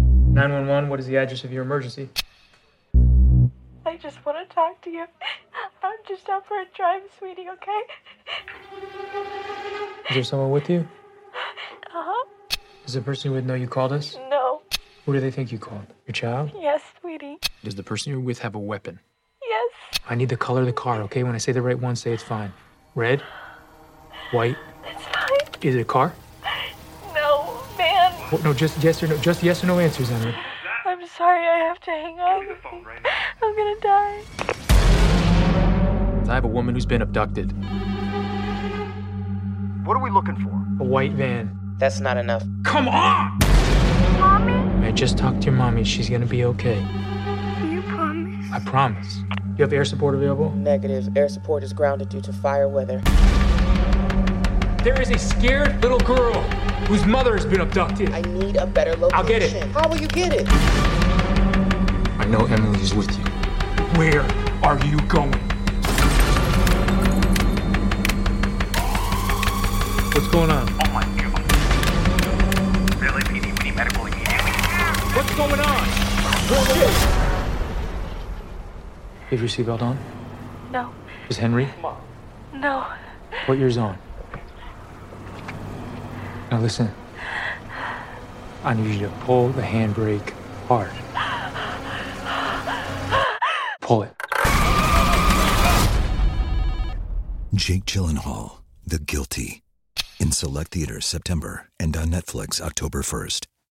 911, what is the address of your emergency? I just want to talk to you. I'm just out for a drive, sweetie, okay? Is there someone with you? Uh huh. Does the person who would know you called us? No. Who do they think you called? Your child? Yes, sweetie. Does the person you're with have a weapon? Yes. I need the color of the car, okay? When I say the right one, say it's fine. Red? White? It's fine. Is it a car? No, man. What, no, just yes or no. Just yes or no answers, Emily. I'm sorry I have to hang up. I'm gonna die. I have a woman who's been abducted. What are we looking for? A white van. That's not enough. Come on! Mommy, I just talked to your mommy. She's gonna be okay. you promise? I promise. You have air support available? Negative. Air support is grounded due to fire weather. There is a scared little girl whose mother has been abducted. I need a better location. I'll get it. How will you get it? I know Emily's with you. Where are you going? What's going on? Oh my god. Really, PD, we need medical immediately. What's going on? You have your seatbelt on? No, Is Henry? no. What year's on? Now listen. I need you to pull the handbrake hard. Pull it. Jake Gyllenhaal, The Guilty. In select theaters September and on Netflix October 1st.